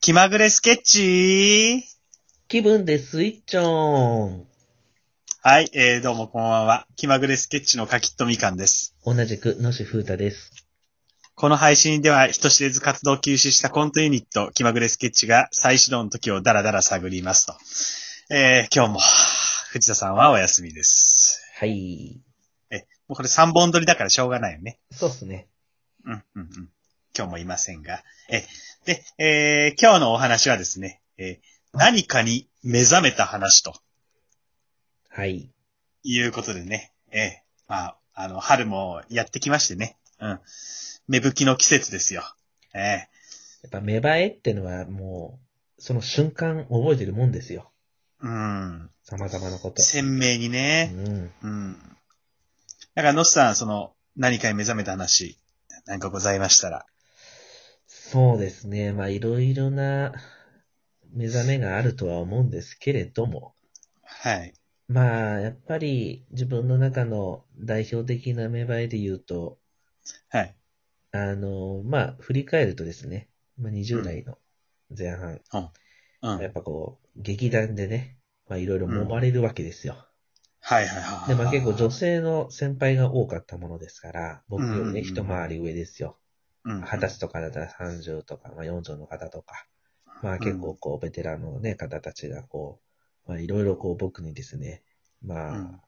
気まぐれスケッチ気分でスイッチオン。はい、えー、どうもこんばんは。気まぐれスケッチのかきっとみかんです。同じく、野志風太です。この配信では人知れず活動休止したコントユニット、気まぐれスケッチが再始動の時をダラダラ探りますと。えー、今日も、藤田さんはお休みです。はい。もうこれ3本撮りだからしょうがないよね。そうっすね。うん、うん、うん。今日もいませんが。え、で、えー、今日のお話はですね、えー何かに目覚めた話と。はい。いうことでね、ええ、まあ、あの、春もやってきましてね、うん。芽吹きの季節ですよ。ええ、やっぱ芽生えってのはもう、その瞬間覚えてるもんですよ。うん。様々なこと。鮮明にうね、ん。うん。だから、のっさん、その、何かに目覚めた話、なんかございましたら。そうですね。まあ、いろいろな目覚めがあるとは思うんですけれども。はい。まあ、やっぱり自分の中の代表的な芽生えで言うと、はい。あの、まあ、振り返るとですね、まあ、20代の前半、うん。はいやっぱこう、劇団でね、まあ、いろいろ揉まれるわけですよ。はいはい。で、まあ、結構女性の先輩が多かったものですから、僕よりうんうんうね、ん一回り上ですよ。うん、二十歳とかだったら30とか、まあ、40の方とか、まあ、結構こう、ベテランのね、方たちがこう、まあ、いろいろこう、僕にですね、まうんあ、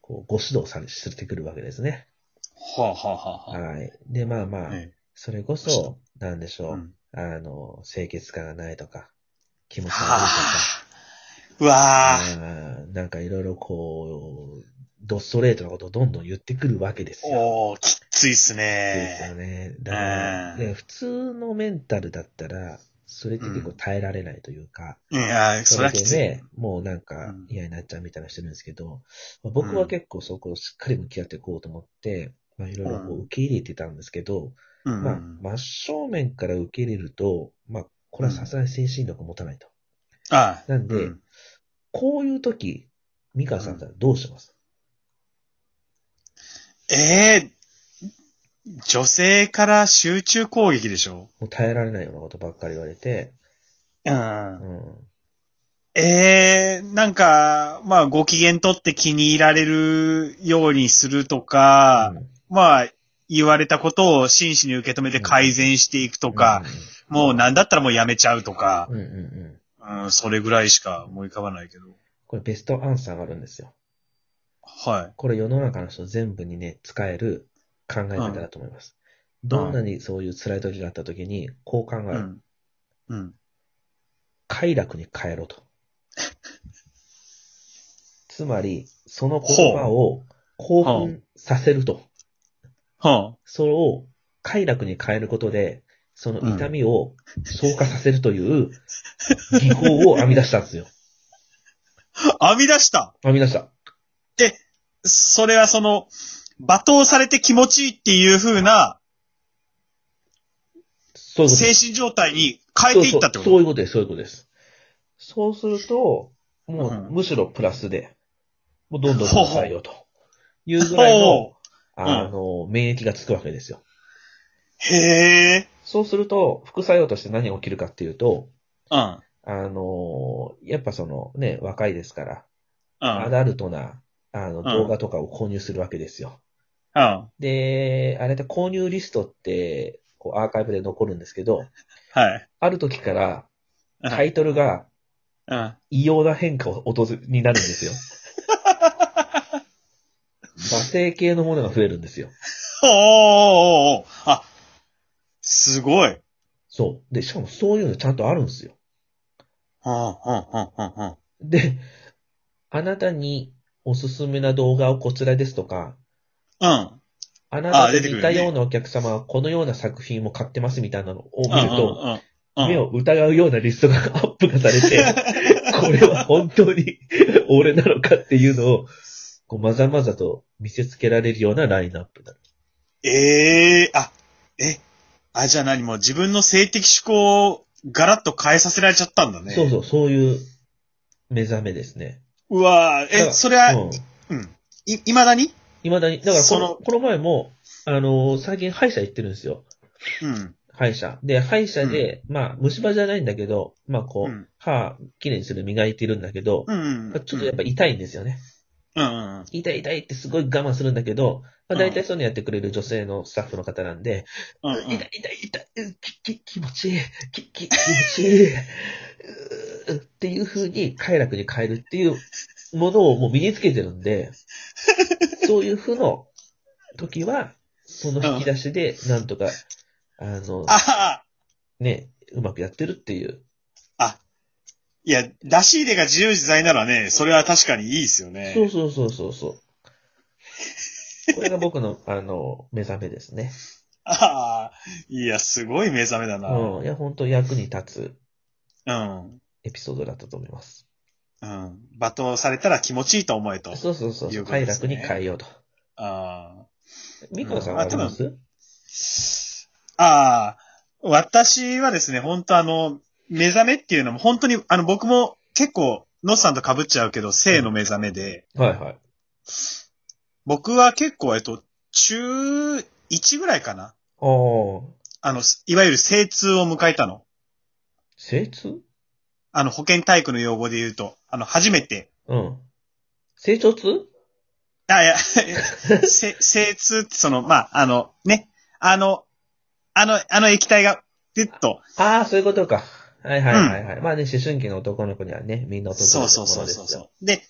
こう、ご指導され、してくるわけですね。はあ、はあはあははい。で、まあまああ。、えそれこご指そ、なんでしえょうう、んあの、清潔感がないとか、気持ち悪いとはあ。か、うわあ。あーなんかいろいろこう、ドストレートなことをどんどん言ってくるわけですよ。おー、きっついっすですよね。ね。だから、うんね普通のメンタルだったら、それって結構耐えられないというか、うん、あーそれはできつい。ね、もうなんかうん嫌になっちゃうみたいなのしてるんですけど、まあ僕は結構そこをしっかり向き合っていこうと思って、まあいろいろこうんう受け入れてたんですけど、うんうんまあ真正面から受け入れると、まあこれはさすがに精神力持たないと。ああなんでうんこういう時、ミカさんだったらどうしますええ女性から集中攻撃でしょもう耐えられないようなことばっかり言われて、うんう。ん。ええなんか、まあ、ご機嫌取って気に入られるようにするとかう、んまあ、言われたことを真摯に受け止めて改善していくとか、、もうなんだったらもうやめちゃうとかう、んうんうん。うん、それぐらいしか思い浮かばないけど。これベストアンサーがあるんですよ。はい。これ世の中の人全部にね、使える考え方だと思います。どんなにそういう辛い時があった時に、こう考えうる、ん。うん。快楽に変えろ と。つまり、その言葉を興ほ奮させると。はそれを快楽に変えることで、その痛みを消化させるという技法を編み出したんですよ。あ、編み出した編み出した。それはその、罵倒されて気持ちいいっていう風な、そういうこと精です。神状態に変えていったってことそうそうそういうことです、そういうことです。そうすると、もうんうむしろプラスで、もうどんどんどん採用というぐらいほの、んあの、免疫がつくわけですよ。へえ。そうすると、副作用として何が起きるかっていうと、うん。あの、やっぱそのね、若いですから、うアん。ダルトな、あの、ん動画とかを購入するわけですよ。うん。で、あれって購入リストって、こうアーカイブで残るんですけど、はい。ある時からうんタイトルがうん。 異様な変化を訪れ、になるんですよ。罵声系のものが増えるんですよ。おーおーおーあ、すごい。うん、そう。で、しかもそういうのちゃんとあるんですよ。うん、うん、うん、うん。で、あなたにおすすめな動画をこちらですとか、うん。あなたあ出とてくる似ねたようなお客様はこのような作品も買ってますみたいなのを見ると、うん、うん。目を疑うようなリストがアップがされて、これは本当に俺なのかっていうのを、こうまざまざと見せつけられるようなラインナップになる。 ええあ、え、あ、じゃあ何もう自分の性的思考をガラッと変えさせられちゃったんだね。そうそう、そういう目覚めですね。う。うわーだかえ、らそれは、うん。うん。い、いまだにいまだに、だからこその、のこの前も、あのー最近歯医者行ってるんですよ。うん。歯歯医者。で、歯医者で、まあ、虫歯じゃないんだけど、まあ、こう、うん歯、きれいにする磨いてるんだけど、うん。ちょっとやっぱ痛いんですよね。うんうんうん。痛い痛いってすごい我慢するんだけど、まあ、うん大体そういうのやってくれる女性のスタッフの方なんで、うん痛い痛い痛い、うんき、き、気持ちいい、き、き、気持ちいい、うーっていう風に快楽に変えるっていうものをもう身につけてるんで、そういう風の時は、その引き出しでなんとか、あの、ああ、ね、うまくやってるっていう。いや、出し入れが自由自在ならね、それは確かにいいですよね。そうそうそうそうそう。これが僕の、あの、目覚めですね。ああ、いや、すごい目覚めだな。うん。いや、本当役に立つうん。エピソードだったと思います。うん。罵倒されたら気持ちいいと思えと。そうそうそう。いうこと快です楽ねに変えようと。あミカさんうんはあります、あ。ああ、私はですね、本当あの、目覚めっていうのも本当に、あの、僕も結構、ノッさんと被っちゃうけど、性の目覚めで、はいはい。僕は結構、えっと、中1ぐらいかな。ああ、あの、いわゆる精通を迎えたの。精通あの、保健体育の用語で言うと、あの、初めて、うん。成長痛あ、いや、 せ精通ってその、まあ、あの、ね、あの、あの、あの液体が、ピュッと、ああ、そういうことか。はいはいはいはい。まあね、思春期の男の子にはね、みんな男の子そのうそうそうですそうよそう。で、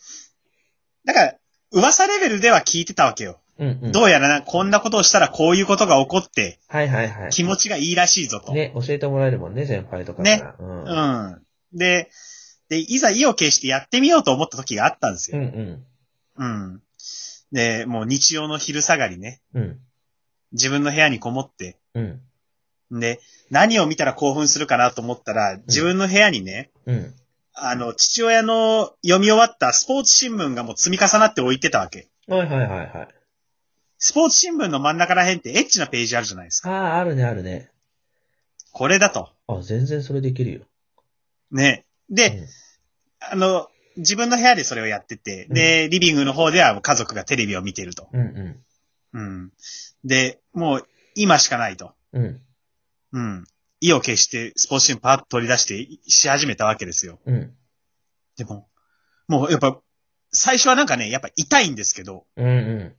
だから、噂レベルでは聞いてたわけよ。うんうん。どうやらな、こんなことをしたらこういうことが起こって、はいはいはい。気持ちがいいらしいぞと。ね、教えてもらえるもんね、先輩とかから。ねうん。ううんん。で、で、いざ意を決してやってみようと思った時があったんですうよ。ん。うん。で、もう日曜の昼下がりね、うん。自分の部屋にこもって、うん。で、何を見たら興奮するかなと思ったら、自分の部屋にね、うん。あの、父親の読み終わったスポーツ新聞がもう積み重なって置いてたわけ。はいはいはいはい。スポーツ新聞の真ん中ら辺ってエッチなページあるじゃないですあか。あ、あるねあるね。これだと。あ、全然それできるよ。ね。で、あの、自分の部屋でそれをやってて、で、リビングの方では家族がテレビを見てると。うん、ううん。で、もう今しかないと。ん、うん、うん。意を決してスポーツ新聞パッと取り出してし始めたわけですよ。うん、でも、もうやっぱ、最初はなんかね、やっぱ痛いんですけど、うん、う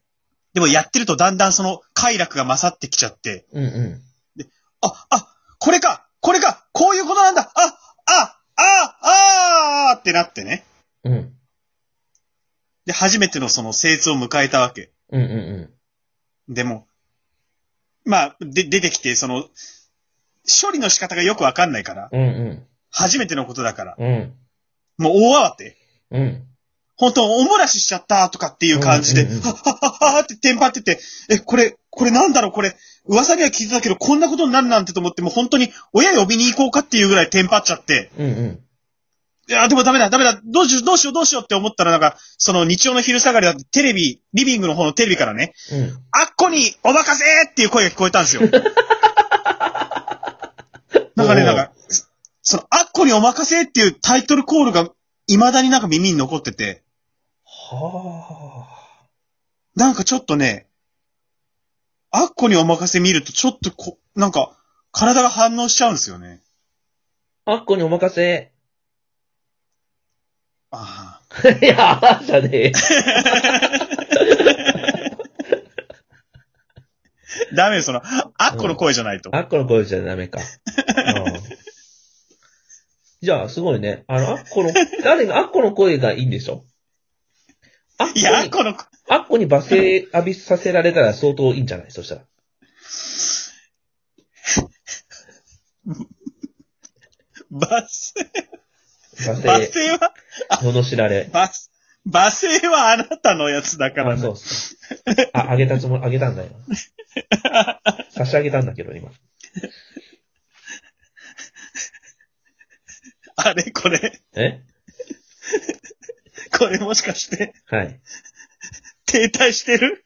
でもやってるとだんだんその快楽が勝ってきちゃって、ん、うん、うん。あ、あ、これかこれかこういうことなんだあ、あ、あ、あーってなってね。うん、で、初めてのその精通を迎えたわけ。うん、うでも、まあ、で、出てきて、その、処理の仕方がよくわかんないから、ん、うん、初めてのことだから、うん、もう大慌て。うん。本当おもらししちゃったとかっていう感じで、うんうんうんはっはっはっはってテンパってて、え、これ、これなんだろうこれ、噂には聞いてたけど、こんなことになるなんてと思って、もう本当に親呼びに行こうかっていうぐらいテンパっちゃって、うん、うん。いや、でもダメだ、ダメだ、どうしよう、どうしよう、どうしようって思ったら、なんか、その日曜の昼下がりだって、テレビ、リビングの方のテレビからね、うん。あっこにお任せっていう声が聞こえたんですよ。なんかね、おうなんか、その、あっこにお任せっていうタイトルコールが、未だになんか耳に残ってて、はあ。なんかちょっとね、あっこにお任せ見ると、ちょっとこ、なんか、体が反応しちゃうんですよね。あっこにお任せ。 ああ。いや、あーじゃね え。ダメよ、その、あっこの声じゃないと。あっこの声じゃダメか。うんじゃあ、すごいね。あの、あっこの、誰があっこの声がいいんでしょあっこいに、や、あっこの声、あっこに罵声浴びさせられたら相当いいんじゃないそしたら。バス。罵 罵声、声は、罵られ。罵罵声はあなたのやつだからあ、そうねっ。すね。あ、あげたつもり、あげ たんだよ。差し上げたんだけど、今。あれこれ、えこれもしかして、はい。停滞してる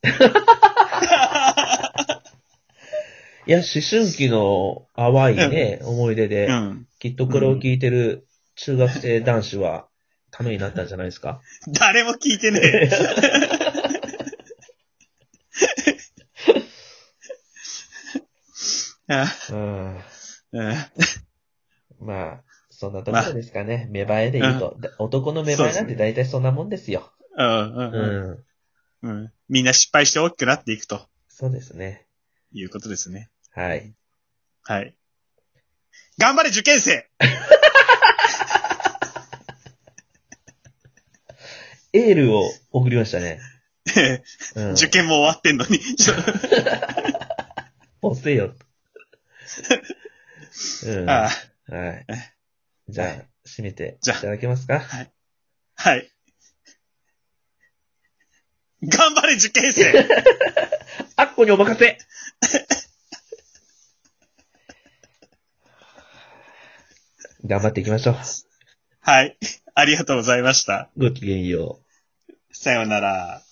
いや、思春期の淡いね、思い出で、うん。きっとこれを聞いてる中学生男子は、ためになったんじゃないですか。誰も聞いてね え。あうん。うん。まあ、そんなところですかね。芽生えで言うと。だ男の芽生えなんて大体そんなもんですよ。うん。ううんうん。うん。ん。みんな失敗して大きくなっていくとそうですね。いうことですね。はい。はい。頑張れ受験生エールを送りましたね。うん。受験も終わってんのに。押せよ。う ん。あはあい。じゃあは、締めていじゃあただけますかはい。頑張れ受験生あっこにお任せ 頑張っていきましょう。 はい。ありがとうございました。ごきげんよう。さようなら。